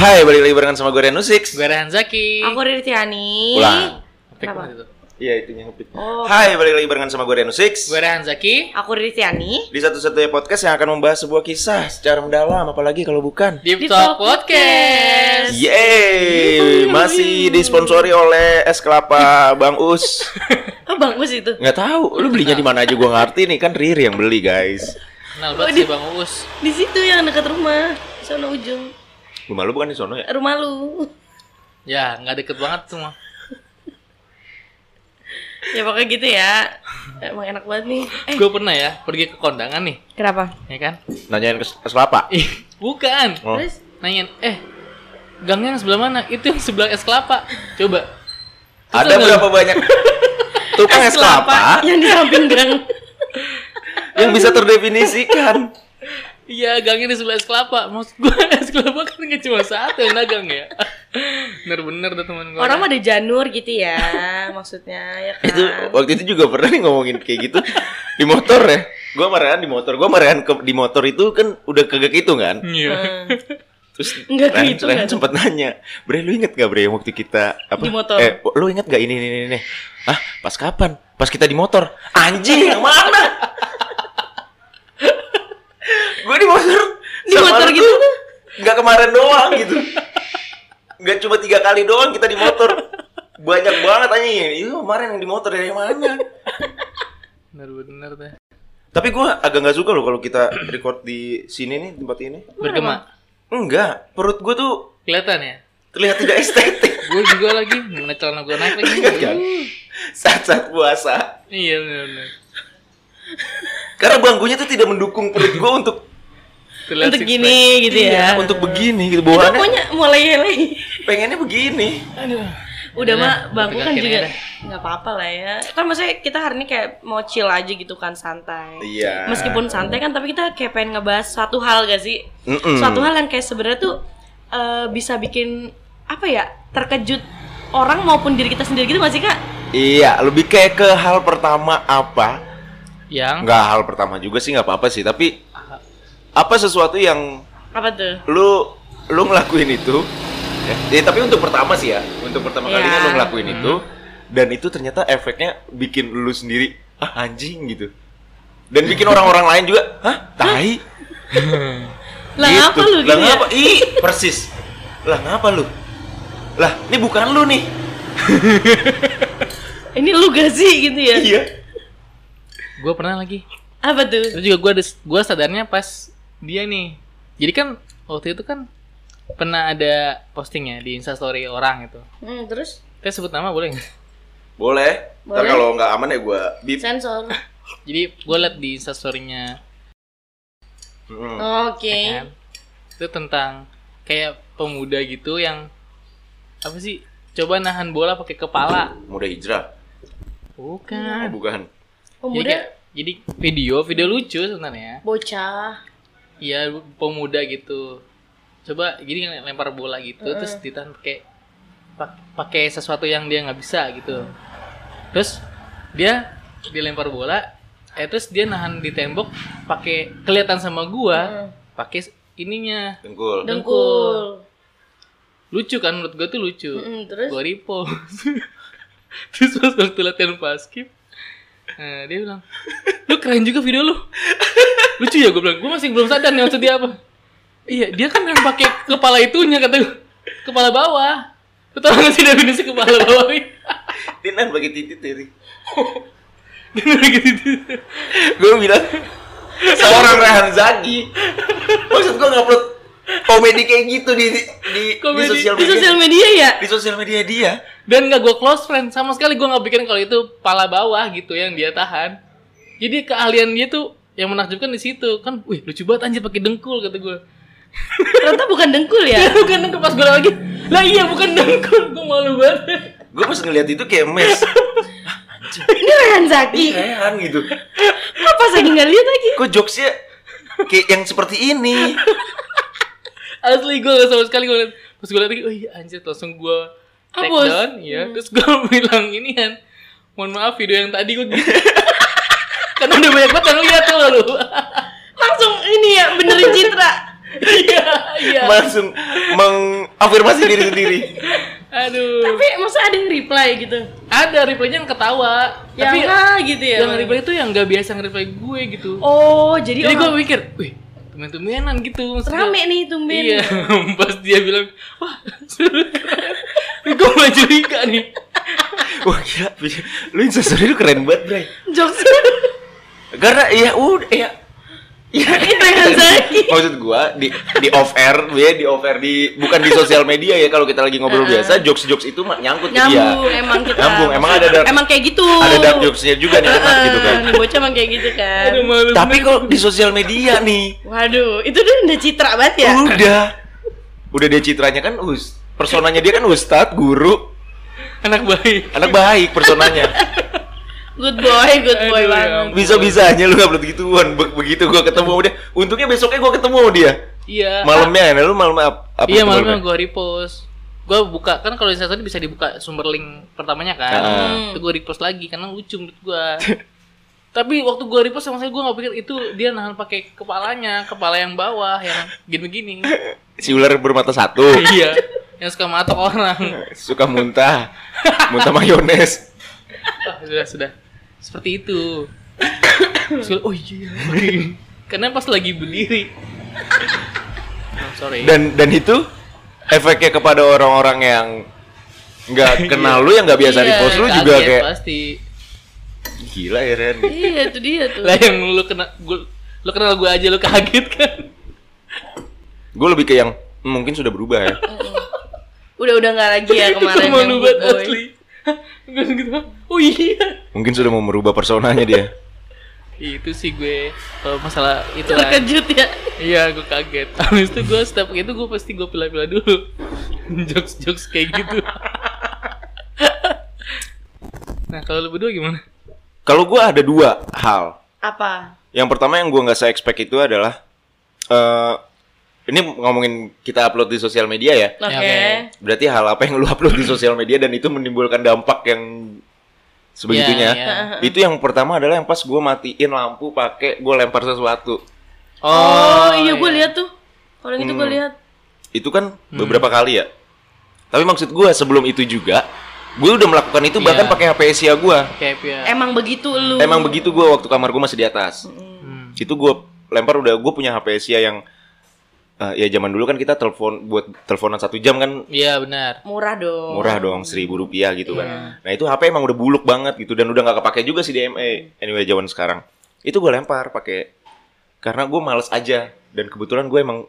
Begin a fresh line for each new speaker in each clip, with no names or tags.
Hai, balik lagi barengan sama gue Reno Six.
Gue Rehan Zaki.
Aku Riri Tiani.
Ulang.
Pick
Kenapa?
itu.
Iya, itu nyepi.
Oh.
Hai, balik lagi barengan sama gue Reno Six.
Gue Rehan Zaki.
Aku Riri Tiani.
Di satu-satunya podcast yang akan membahas sebuah kisah secara mendalam, apalagi kalau bukan.
Deep,
Deep
Talk
Talk
Podcast.
Yeay, masih disponsori oleh es kelapa Bang Us.
Oh, bagus itu.
Nggak tahu, lu belinya di mana aja gue ngerti nih kan Riri yang beli guys.
Kenal banget sih Bang Uus.
Di situ yang dekat rumah, sono ujung.
Rumah lu bukan di sono ya?
Rumah lu.
Ya, nggak deket banget semua.
ya pokoknya gitu ya. Emang enak banget nih. Eh,
Gue pernah ya pergi ke kondangan nih,
kenapa?
ya kan?
Nanyain ke es kelapa.
Ih, bukan.
Oh.
Terus
Nanyain, eh, gangnya yang sebelah mana? Itu yang sebelah es kelapa. Coba.
Ada berapa banyak tukang es kelapa
yang di samping gang.
yang bisa terdefinisikan?
Iya, gangnya di sebelah es kelapa. Maksud gue es kelapa kan nggak cuma satu yang dagang ya. Bener-bener tuh teman gue.
Orang mah ada janur gitu ya, maksudnya ya kan.
itu oh, waktu itu juga pernah nih ngomongin kayak gitu di motor ya gue marahan di motor gue marahan ke, di motor itu kan udah kagak gitu kan
Iya.
Eh,
terus
Nggak
Ren-
kehitung,
Ren
kan?
sempet nanya Bre lu inget gak Bre yang waktu kita apa
Di motor.
eh lu inget gak ini ini ini, ini? ah pas kapan pas kita di motor anjing yang mana gue di motor
Di
sama
motor
lu
gitu
tuh nggak kemarin doang gitu nggak cuma tiga kali doang kita di motor banyak banget anjing itu kemarin yang di motor dari mana
Bener-bener deh.
Tapi gue agak nggak suka loh kalau kita record di sini nih tempat ini.
Bergema.
Enggak, perut gue tuh
Kelihatan ya?
terlihat tidak estetik
Gue juga lagi, mana celana gue naik lagi.
Ingat kan? saat-saat puasa.
Iya benar-benar.
Karena bangkunya tuh tidak mendukung perut gue untuk iya,
Terlihat
untuk
six
gini gitu ya.
untuk begini gitu.
Itu
Bawaannya
pokoknya mulai lagi.
pengennya begini.
Udah
Udah,
Iya,
mah
udah
bangku
pegakin
kan
aja
juga
dah.
nggak apa-apa lah ya. Kan maksudnya kita hari ini kayak mau chill aja gitu kan santai.
Iya.
Meskipun santai kan tapi kita kayak pengen ngebahas suatu hal gak sih?
Mm-mm.
Suatu hal yang kayak sebenarnya tuh eh, bisa bikin apa ya? terkejut orang maupun diri kita sendiri gitu gak sih, Kak?
Iya, lebih kayak ke hal pertama apa?
pack. Yang
Enggak hal pertama juga sih nggak apa-apa sih, tapi apa sesuatu yang
Apa tuh?
lu lu ngelakuin itu ya, ya, tapi untuk pertama sih ya untuk pertama
Iya.
kalinya lu ngelakuin itu dan itu ternyata efeknya bikin lu sendiri ah anjing gitu dan bikin orang-orang lain juga hah tai
Lah
Gitu.
apa lu
lah
gitu ya?
ngapa ih persis lah ngapa lu lah ini bukan lu nih
Ini lu gak sih gitu ya?
iya
gue pernah lagi.
Apa tuh?
Terus juga gue ada, gue sadarnya pas dia nih. Jadi kan waktu itu kan pernah ada postingnya di instastory orang itu.
Hmm, terus
Kita sebut nama boleh nggak?
boleh, ntar
Boleh.
kalau nggak aman ya gue bip
sensor.
Jadi gue liat di instastorynya
Mm.
Oke.
kan itu tentang kayak pemuda gitu yang apa sih? Coba nahan bola pakai kepala.
mudah hijrah
Ah.
oh,
Bukan.
bukan
Jadi,
Iya, Pemuda
kayak- jadi video video lucu sebenarnya.
bocah.
Iya, pemuda gitu. Coba gini lempar bola gitu, terus ditahan pakai pak- pakai sesuatu yang dia nggak bisa gitu. Terus dia dilempar bola, eh terus dia nahan di tembok pakai kelihatan sama gua, pakai s- ininya.
dengkul
Dengkul.
Lucu kan menurut gua tuh lucu.
Mm, terus
Gua repost. terus pas waktu latihan basket, eh, dia bilang, lu keren juga video lu. Lucu ya gue bilang, gue masih belum sadar nih maksud dia apa. Iya, dia kan yang pakai kepala itunya kata gue. Kepala bawah. Lu tau gak sih definisi kepala bawah ini?
Tinan bagi titit tiri
Dia bilang gitu.
gue bilang seorang Rehan Zaki maksud gue ngupload komedi kayak gitu di di, di,
Komedi.
sosial
di
media
sosial media ya?
di sosial media dia
Dan gak gue close friend, sama sekali gue gak pikirin kalau itu kepala bawah gitu yang dia tahan. Jadi keahlian dia tuh yang menakjubkan di situ kan, wih lucu banget anjir pakai dengkul kata gue.
Ternyata bukan dengkul ya?
bukan dengkul kan pas gue lagi lah iya bukan dengkul gue malu banget
gue pas ngeliat itu kayak mes
Ini Rehan Zaki.
Rehan gitu
Apa lagi nggak lihat lagi?
kok jokesnya kayak yang seperti ini
asli gue gak sama sekali gue liat pas gue liat lagi oh iya anjir langsung gue take
Hapus. Hmm.
down ya terus gue bilang ini kan mohon maaf video yang tadi gue gitu karena udah banyak banget yang lihat tuh lu
Langsung ini ya benerin Citra.
Iya, iya.
langsung mengafirmasi diri sendiri
Aduh.
Tapi masa ada yang reply gitu?
Ada replaynya yang ketawa.
Yang
Tapi
ah gitu ya.
yang
Bang?
reply itu yang nggak biasa nge-reply gue gitu.
Oh, jadi,
Jadi gue
orang
mikir, wih, temen-temenan gitu. Maksudnya-
rame nih tumben.
Iya, pas dia bilang, wah, seru keren. gue mulai curiga nih.
wah gila lu instastory lu keren banget Bray
Jokes.
karena ya udah ya
Itu yang Zaki.
maksud gua di di off air ya di off air di bukan di sosial media ya kalau kita lagi ngobrol biasa jokes jokes itu mah nyangkut ke dia
Nyambung emang kita.
Iya. Nyambung, emang ada dark-
Emang kayak gitu. Ah,
ada dark jokesnya juga nih anak gitu kan
Nih bocah emang kayak gitu kan.
Aduh, malu.
tapi kalau di sosial media nih
Waduh, itu tuh udah citra banget ya.
udah udah dia citranya kan us personanya dia kan ustadz guru
Anak baik.
anak baik personanya
Good boy, good
Aduh, ya
boy banget.
ampun.
bisa bisanya lu upload gituan Be- begitu gua ketemu sama dia untungnya besoknya gua ketemu sama dia
Iya.
malamnya ya lu malam ap- apa itu
iya malamnya gue repost gue buka kan kalau instastory bisa dibuka sumber link pertamanya kan
Ah.
itu gue repost lagi karena lucu menurut gue tapi waktu gue repost sama saya gue nggak pikir itu dia nahan pakai kepalanya kepala yang bawah yang gini-gini
si ular bermata satu
iya yang suka matok orang
suka muntah muntah mayones
Ah, sudah sudah seperti itu Terus gua, oh iya karena pas lagi berdiri Oh, sorry
dan dan itu efeknya kepada orang-orang yang nggak kenal lu yang nggak biasa
Iya,
repost lu
kaget
juga kayak
pasti
gila ya Ren
Iya, itu dia tuh.
lah yang lu kena gua, lu kenal gue aja lu kaget kan
gue lebih ke yang "Hmm, mungkin sudah berubah ya
Udah udah nggak lagi ya kemarin
Itu
yang
malu
good
banget
boy.
asli Terus gitu oh iya
mungkin sudah mau merubah personanya dia
itu sih gue kalau masalah itu lah.
Terkejut ya.
iya gue kaget habis itu gue setiap itu gue pasti gue pilih-pilih dulu jokes jokes kayak gitu nah kalau lu berdua gimana
kalau gue ada dua hal
Apa?
yang pertama yang gue nggak se expect itu adalah eh ini ngomongin kita upload di sosial media ya
Oke.
Ya, oke.
berarti hal apa yang lu upload di sosial media dan itu menimbulkan dampak yang sebegitunya
Iya, iya.
itu yang pertama adalah yang pas gue matiin lampu pakai gue lempar sesuatu
Oh, iya gue lihat tuh. Orang itu
Hmm.
gue lihat.
itu kan
Hmm.
beberapa kali ya tapi maksud gue sebelum itu juga gue udah melakukan itu bahkan
Iya.
pakai HP Asia gue
kayak ya
Emang begitu lu.
emang begitu gue waktu kamar gue masih di atas
Hmm.
itu gue lempar udah gue punya HP Asia yang eh, ya zaman dulu kan kita telepon buat teleponan satu jam kan
iya benar
murah dong.
murah dong seribu rupiah gitu kan nah itu HP emang udah buluk banget gitu dan udah nggak kepake juga sih di MA anyway zaman sekarang itu gue lempar pakai karena gue males aja dan kebetulan gue emang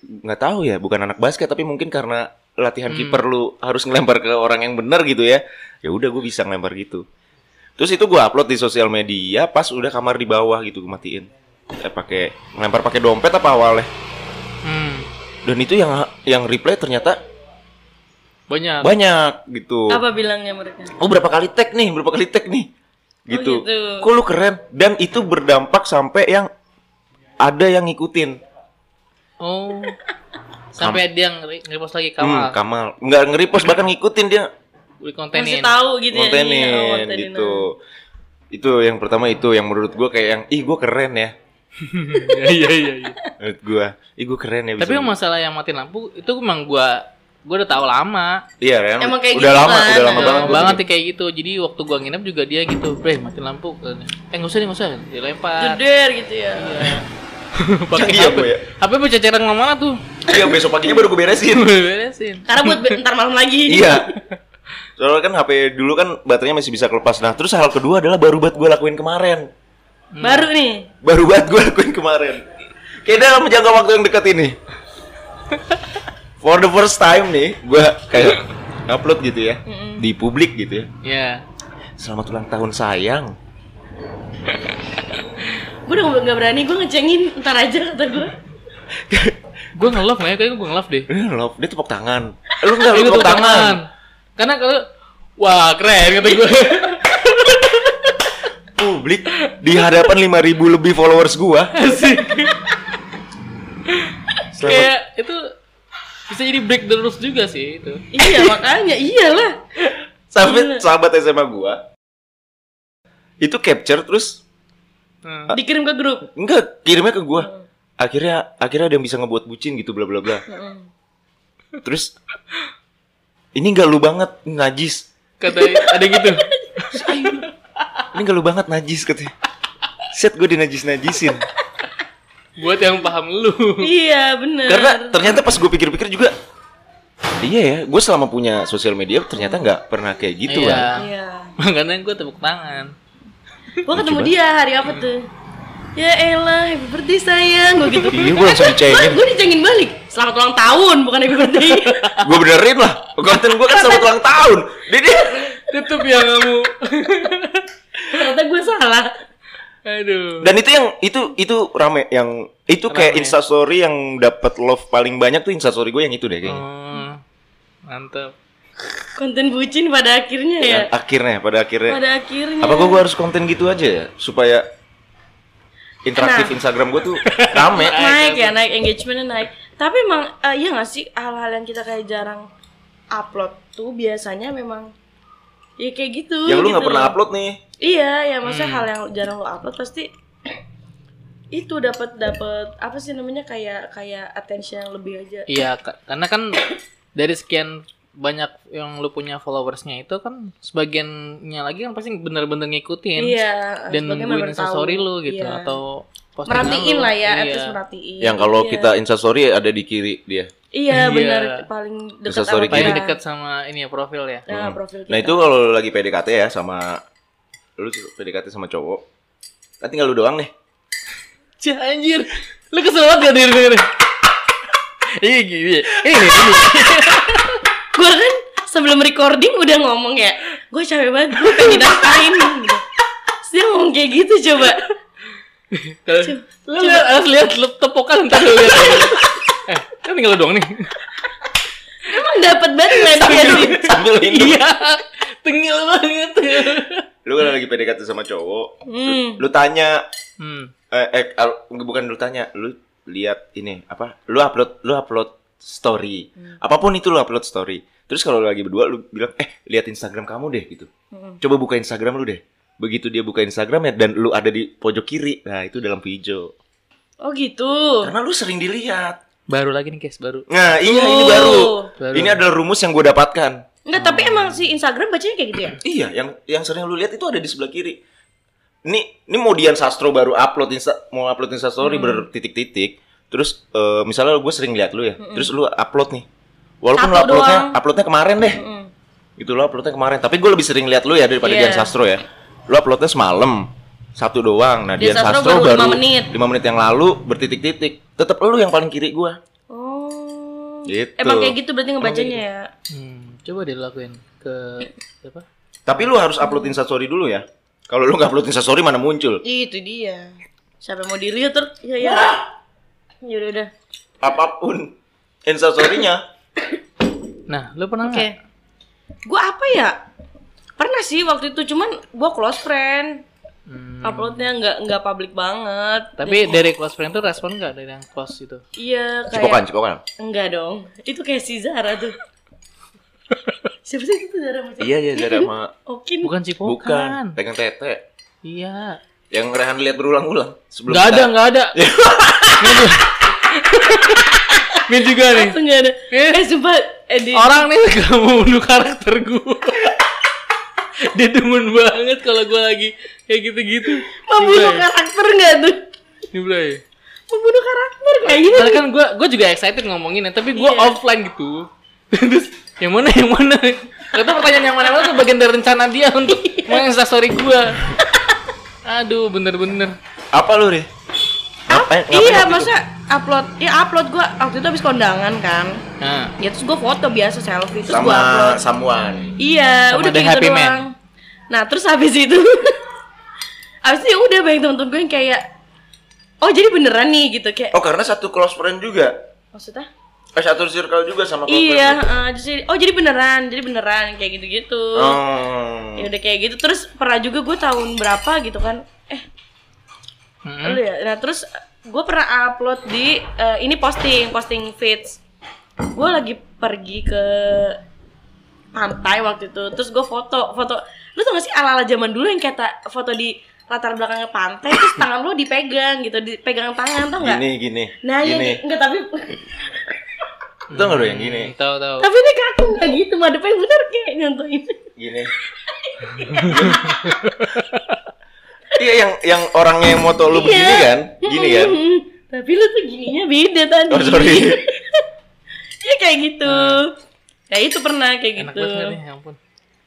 nggak tahu ya bukan anak basket tapi mungkin karena latihan kiper lu harus ngelempar ke orang yang benar gitu ya ya udah gue bisa ngelempar gitu terus itu gue upload di sosial media pas udah kamar di bawah gitu gue matiin eh pakai ngelempar pakai dompet apa awalnya
hmm.
dan itu yang yang replay ternyata
banyak
banyak gitu.
Apa bilangnya mereka?
Oh berapa kali tag nih, berapa kali tag nih, gitu.
gitu.
Kok lu keren dan itu berdampak sampai yang ada yang ngikutin.
oh sampai dia nge- nge-repost lagi
Hmm,
Kamal
Kamal nggak nge-repost bahkan ngikutin dia
udah
Masih
kontenin
tahu gitu ya.
kontenin
Iya, oh, kontenin.
gitu. Itu yang pertama itu yang menurut gua kayak yang ih gua keren ya.
iya iya iya, iya
Menurut gua, ih gua keren ya bisa.
Tapi yang
begini."
masalah yang matiin lampu itu emang gua gua udah tahu lama.
iya, Ren,
Emang kayak
udah
gitu
lama, udah
kan?
lama
Udah
banget.
lama
gua
banget
gitu.
nih kayak gitu. Jadi waktu gua nginep juga dia gitu, "Bre, matiin lampu." katanya. Eh, enggak usah nih, enggak usah. Dilempar.
Jeder gitu ya.
Pakai
Iya,
HP.
Bu, ya.
HP mau ceceran ke mana tuh?
Iya, besok paginya baru gue beresin.
Beresin.
Karena buat be- ntar malam lagi.
iya. Soalnya kan HP dulu kan baterainya masih bisa kelepas. Nah, terus hal kedua adalah baru buat gua lakuin kemarin.
Baru nih.
baru banget gue lakuin kemarin kayaknya dalam jangka waktu yang dekat ini for the first time nih gue kayak upload gitu ya di publik gitu ya
Ya.
selamat ulang tahun sayang
Gue udah nggak- nggak berani, gue ngecengin ntar aja kata gue.
Gua nge-love nggak ya? Kayaknya gua nge-love deh.
Eh, love dia tepuk tangan lu enggak
Ini
lu Iya, tepuk tangan
Karena kalau wah, keren kata gua.
publik di hadapan 5000 lebih followers gue
Asik.
Selamat.
Kayak itu bisa jadi break the rules juga sih itu.
iya makanya, iyalah.
sampai sahabat SMA gue itu capture terus
Hmm.
Dikirim ke grup.
enggak kirimnya ke gue akhirnya akhirnya ada yang bisa ngebuat bucin gitu bla bla bla terus ini nggak lu banget najis
Kata ada gitu.
ini nggak lu banget najis katanya set gue dinajis najisin
Buat yang paham lu.
iya bener
karena ternyata pas gue pikir-pikir juga iya ya gue selama punya sosial media ternyata nggak pernah kayak gitu
Iya.
kan
iya
Makanya gue tepuk tangan.
Gua ketemu dia hari apa tuh? Ya elah, happy birthday sayang. Gua gitu.
Iya, gua langsung dicengin.
Gue dicengin balik. Selamat ulang tahun, bukan happy birthday.
gue kan. benerin lah konten gue kan selamat ulang tahun jadi
Tutup ya kamu.
Ternyata gue salah.
Aduh.
dan itu yang itu itu rame yang itu kayak
Rame.
instastory yang dapat love paling banyak tuh instastory gue yang itu deh kayaknya
Oh, mantap.
Konten bucin pada akhirnya ya.
Yang akhirnya pada akhirnya
Pada
Iya.
akhirnya.
apa gue harus konten gitu aja ya supaya interaktif
Nah.
Instagram gue tuh rame
naik ya, naik engagementnya naik. Tapi emang eh, iya gak sih hal-hal yang kita kayak jarang upload tuh biasanya memang ya kayak gitu.
yang lu nggak
gitu
pernah
loh.
upload nih
Iya, ya maksudnya
Hmm.
hal yang jarang lo upload pasti itu dapat dapat apa sih namanya kayak kayak attention yang lebih aja.
Iya, ka- karena kan dari sekian banyak yang lu punya followersnya itu kan sebagiannya lagi kan pasti bener-bener ngikutin
Iya,
dan
sebagai
nungguin
member tahu.
instastory lu gitu
Iya.
atau postingan
merhatiin
lu.
lah ya, at
Iya.
least merhatiin.
yang kalau
Iya.
kita instastory ada di kiri dia
Iya,
Iya.
benar paling dekat
Instastory
Paling
Iya.
dekat sama ini ya profil ya.
Nah, profil kita.
Nah itu kalau lagi PDKT ya sama lu PDKT sama cowok, kan tinggal lu doang nih.
Cih anjir. Lu kesel banget gak diri diri? Iya gini. Ini ini.
Gua kan sebelum recording udah ngomong ya, gue capek banget, gue pengen apain gitu. Terus dia ngomong kayak gitu coba.
Kalau-
Coba-
Lu lihat harus lihat lu tepokan ntar lu lihat. Eh, kan tinggal lu doang nih.
Emang dapat banget media sih.
Sambil ini.
Iya. Tengil banget.
Lu kalau lagi PDKT sama cowok,
Hmm.
lu tanya
Hmm.
eh, eh al- bukan lu tanya, lu lihat ini apa? Lu upload lu upload story.
Hmm.
Apapun itu lu upload story. Terus kalau lu lagi berdua lu bilang, "Eh, lihat Instagram kamu deh." gitu.
Hmm.
Coba buka Instagram lu deh. Begitu dia buka Instagram ya dan lu ada di pojok kiri. Nah, itu dalam video.
Oh gitu.
Karena lu sering dilihat.
Baru lagi nih guys, baru.
Nah, iya ini
Oh.
baru.
Baru.
Ini adalah rumus yang gue dapatkan.
Enggak, tapi emang si Instagram bacanya kayak gitu ya?
Iya, yang yang sering lu lihat itu ada di sebelah kiri. Ini ini Modian Sastro baru upload insta mau upload Insta story
Hmm.
bertitik-titik. Terus eh, misalnya gue sering lihat lu ya. Terus lu upload nih. Walaupun lu
Hmm. Satu
uploadnya
doang.
uploadnya kemarin deh.
Hmm.
Gitu lu uploadnya kemarin, tapi gue lebih sering lihat lu ya daripada
Iya.
Dian Sastro ya. Lu uploadnya semalam satu doang. Nah, Dian,
Dian Sastro
Sastro,
baru
baru,
lima menit.
5 menit yang lalu bertitik-titik. Tetap lu yang paling kiri gua.
Oh.
Gitu.
Emang kayak gitu berarti ngebacanya ya?
Hmm, coba dia lakuin ke siapa?
Tapi lu harus upload Insta story dulu ya. Kalau lu nggak upload Insta story mana muncul?
gitu. Itu dia. Siapa yang mau dilihat ter? Ya ya. Ya udah udah.
apapun instastorynya
Nah, lu pernah
Oke.
nggak?
Gua apa ya? Pernah sih waktu itu cuman gua close friend.
Hmm,
Uploadnya nggak nggak public banget.
tapi dari close friend tuh respon nggak dari yang close itu?
Iya kayak
cipokan cipokan
enggak dong. Itu kayak si Zara tuh. Siapa sih itu Zara macam?
iya iya Zara sama
Okin.
Bukan sih
bukan pegang tete
Iya.
yang Rehan lihat berulang-ulang sebelum
Nggak ada,
kita-
nggak ada. Ini juga. Ini juga nih.
Apa nggak Ah, ada? Eh sumpah eh,
Oh,
di-
Orang nih gak mau bunuh karakter gue. Dia demen banget kalau gue lagi kayak gitu-gitu.
iya,
membunuh karakter nggak tuh?
Ini Blay.
Membunuh karakter kayak gitu.
Karena kan gue gue juga excited ngomonginnya, tapi gue
Iya.
offline gitu. Terus yang mana yang mana? Kata pertanyaan yang mana mana tuh bagian dari rencana dia untuk
Iya.
menginstastory gue. Aduh, bener-bener.
apa lu nih ngapain, gitu? ngapain
iya,
waktu itu?
masa upload? Ya upload gua waktu itu habis kondangan kan.
Nah,
Ya terus gua foto biasa selfie terus
sama
gua upload.
samuan
Iya,
sama
udah
The
kayak
Happy
gitu
Man.
doang. Nah, terus habis itu habis itu ya udah banyak temen-temen gue yang kayak Oh, jadi beneran nih gitu kayak
oh karena satu close friend juga
maksudnya?
eh satu circle juga sama close
Iya,
friend
eh, terus jadi- oh jadi beneran, jadi beneran kayak gitu-gitu.
lu. Hmm.
Ya udah kayak gitu. Terus pernah juga gue tahun berapa gitu kan? Eh,
mm-mm.
Lu ya? Nah terus gue pernah upload di eh, ini posting posting feeds. Gue lagi pergi ke pantai waktu itu. Terus gue foto foto. Lu tau gak sih ala ala zaman dulu yang kata foto di latar belakangnya pantai terus tangan lo dipegang gitu dipegang tangan tau nggak
Gini gini.
nah iya. ya
gini.
nggak tapi
Tuh enggak yang gini.
Hmm, Tahu tahu.
tapi ini kaku nggak gitu madepnya bener kayak nyontoin
Gini. Iya yang yang orangnya yang moto lu begini
Iya.
kan? Gini kan?
Hmm, tapi lu tuh gininya beda tadi
Oh sorry.
ya kayak gitu
Hmm.
ya itu pernah kayak
Enak
gitu
banget nggak nih, ya ampun.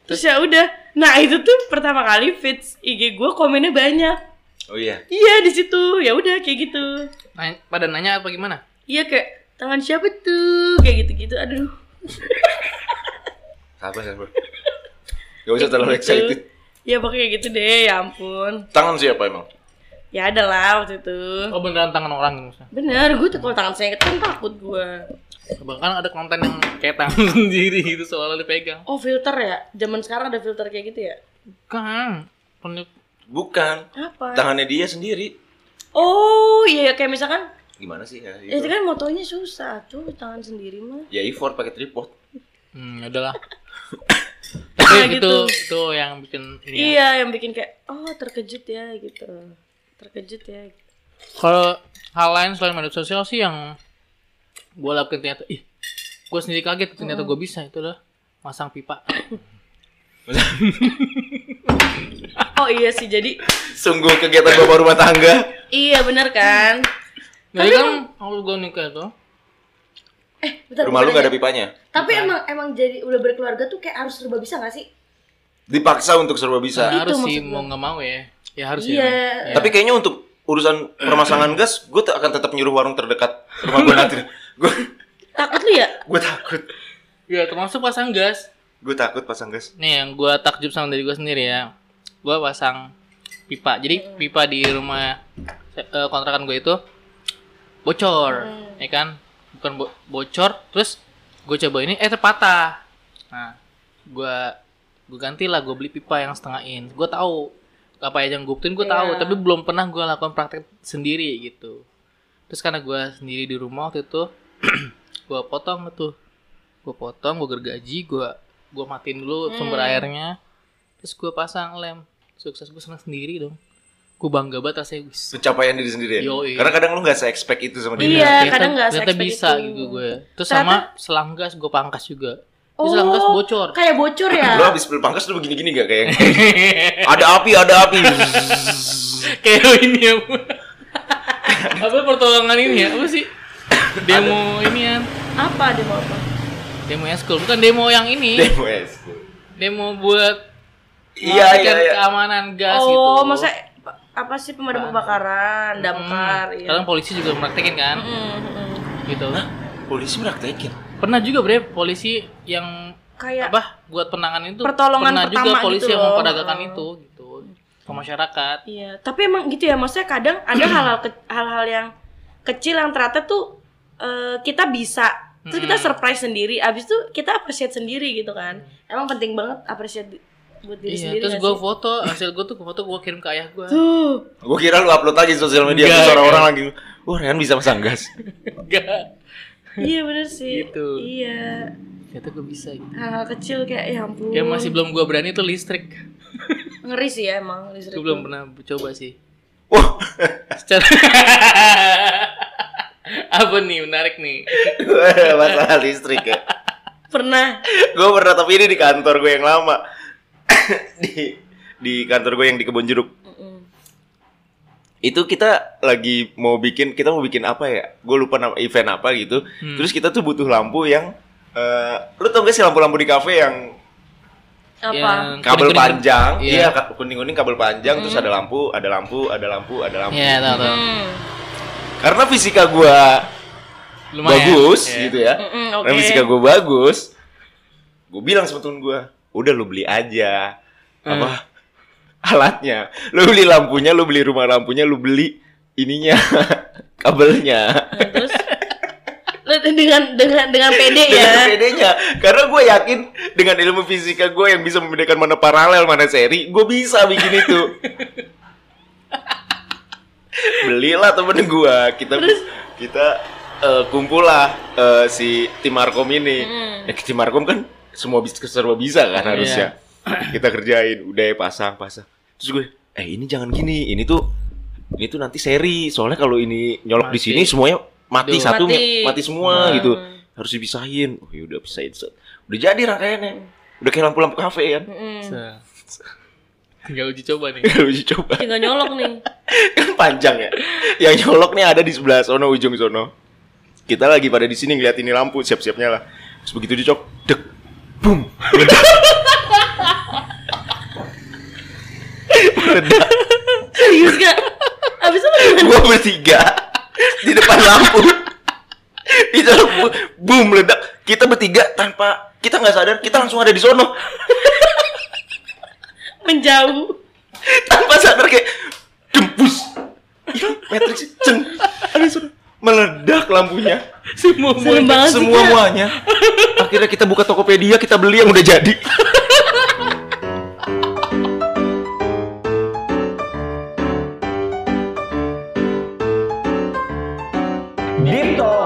terus ya udah nah itu tuh pertama kali fits IG gue komennya banyak
Oh iya.
iya di situ ya udah kayak gitu
Nanya- pada nanya apa gimana?
iya kayak tangan siapa tuh kayak gitu gitu aduh
Sabar sabar. Gak usah terlalu
Kayak gitu.
excited.
ya pokoknya kayak gitu deh ya ampun
Tangan siapa emang?
ya ada lah waktu itu
Oh beneran tangan orang gitu maksudnya.
bener gue tuh kalau tangan saya kan takut gue
Bahkan kan ada konten yang kayak tangan sendiri gitu seolah dipegang.
oh filter ya zaman sekarang ada filter kayak gitu ya
Kan penuh
Bukan.
apa
Tangannya dia sendiri.
oh iya kayak misalkan
Gimana sih ya?
ya
Itu?
itu kan motonya susah tuh tangan sendiri mah
Ya effort pakai tripod.
hmm, udahlah. Tapi
Nah,
gitu,
gitu.
itu yang bikin ini. ya.
Iya, yang bikin kayak oh terkejut ya gitu. Terkejut ya. gitu.
Kalau hal lain selain media sosial sih yang gue lakukan ternyata ih gue sendiri kaget ternyata gue bisa itu loh masang pipa
Oh iya sih, jadi
Sungguh kegiatan bapak rumah tangga.
iya bener kan?
jadi kan kalau gue nikah itu
Eh, bentar,
Rumah lu
bentar
gak ada
aja.
pipanya?
Tapi emang emang jadi udah berkeluarga tuh kayak harus serba bisa gak sih?
Dipaksa untuk serba bisa.
Nah,
ya harus
itu
sih
maksud
mau nggak mau ya ya harus
Iya.
ya
Tapi kayaknya untuk urusan permasalahan gas, gue akan tetap nyuruh warung terdekat rumah gue nanti. Gue
Takut lu ya?
gue takut,
ya termasuk pasang gas
gue takut pasang gas.
Nih yang gue takjub sama diri gue sendiri ya Gue pasang pipa Jadi pipa di rumah eh, kontrakan gue itu Bocor Ya kan Bukan bo- bocor Terus gue coba ini Eh terpatah Nah Gue Gue ganti lah Gue beli pipa yang setengah inch Gue tahu Apa aja yang gue butuhin gue tahu
Iya.
Tapi belum pernah gue lakukan praktek sendiri gitu Terus karena gue sendiri di rumah waktu itu Gue potong tuh Gue potong Gue gergaji Gue gue matiin dulu
Hmm.
sumber airnya terus gue pasang lem sukses gue senang sendiri dong gue bangga banget rasanya wis
Pencapaian diri sendiri. ya?
Yoi.
Karena kadang lu nggak se expect itu sama diri.
Iya,
Ternyata-
kadang nggak
ternyata
se-expect
bisa
itu.
gitu gue terus sama
Ternyata- Oh.
selang gas gue pangkas juga Terus selang gas bocor
Kayak bocor ya?
Lu habis beli pangkas lu begini-gini gak kayak ada api, ada api.
kayak ini apa apa pertolongan ini ya apa sih demo ini ya
Apa dia mau apa?
demo eskul bukan demo yang ini
Demo es.
demo buat
Iya, iya,
memastikan
iya.
keamanan gas gitu
oh, masa apa sih pemadam kebakaran, damkar
Hmm,
iya.
sekarang polisi juga praktekin kan
Mm, mm, mm.
gitu
Polisi meraktekin.
pernah juga bre polisi yang
Kayak
apa buat penanganan itu
Ya. Pertolongan
pernah
pertama
juga polisi
gitu
yang
loh.
memperagakan
Hmm.
itu gitu ke masyarakat
Iya, tapi emang gitu ya, maksudnya kadang ada hal-hal ke- hal-hal yang kecil yang ternyata tuh eh, kita bisa, terus kita surprise sendiri, abis itu kita appreciate sendiri gitu kan. Emang penting banget appreciate di- buat diri
iya
sendiri.
terus
gak
gue
sih?
foto hasil gue tuh foto gue kirim ke ayah gue
tuh,
Gue kira lu upload aja di sosial media
Enggak,
terus orang-orang lagi. Wah, Rehan bisa pasang gas.
enggak
iya bener sih.
Gitu.
Iya,
ternyata gue bisa gitu
hal-hal kecil kayak ya ampun.
yang masih belum gue berani tuh listrik
Ngeri sih ya emang. listrik
gue belum pernah coba sih
Wah,
secara apa nih menarik nih
masalah listrik ya.
Pernah.
gue pernah tapi ini di kantor gue yang lama di di kantor gue yang di kebun jeruk
Mm-mm.
itu kita lagi mau bikin kita mau bikin apa ya gue lupa nama event apa gitu
Hmm.
terus kita tuh butuh lampu yang eh, lu tau gak sih lampu-lampu di kafe yang
Apa?
Yang
kabel
kuning-kuning.
panjang
Iya. Hmm.
iya ka- kuning-kuning kabel panjang terus ada lampu ada lampu ada lampu ada lampu
Iya, tau tau
Hmm.
karena fisika gue
lumayan
bagus
Iya.
gitu ya
Mm-mm, Oke.
Karena fisika gue bagus Gue bilang sama temen gue Udah lu beli aja Apa Alatnya Lu beli lampunya Lu beli rumah lampunya Lu beli Ininya Kabelnya
Nah, terus Lu dengan dengan dengan pede
Dengan
ya.
PD-nya Karena gue yakin Dengan ilmu fisika gue Yang bisa membedakan mana paralel Mana seri Gue bisa bikin itu Belilah temen gue Kita Kita eh, Kumpul lah eh, Si tim Markom ini
Mm.
ya, Tim Markom kan
Iya.
Semua bis serba bisa kan harusnya Kita kerjain Udah ya pasang pasang Terus gue eh ini jangan gini ini tuh ini tuh nanti seri soalnya kalau ini nyolok di
Mati.
sini semuanya mati
Duh.
satu
Mati.
mati, semua
Hmm.
gitu harus dipisahin oh yaudah pisahin set. udah jadi rangkaiannya udah kayak lampu-lampu kafe kan
Mm-mm.
Set. Tinggal uji coba nih.
Kalau uji coba
Tinggal nyolok nih.
kan panjang ya yang nyolok nih ada di sebelah sono ujung sono kita lagi pada di sini ngeliat ini lampu siap-siapnya lah terus begitu dicok dek boom meledak meledak
Serius gak? Abis itu lu gimana?
gua bertiga di depan lampu itu lampu boom meledak kita bertiga tanpa kita nggak sadar kita langsung ada di sono
menjauh.
tanpa sadar kayak dempus ya, Matrix ceng ada di sono meledak lampunya
Semua
Serem banget sih,
semua
Kak.
muanya akhirnya kita buka Tokopedia kita beli yang udah jadi
Deep Talk.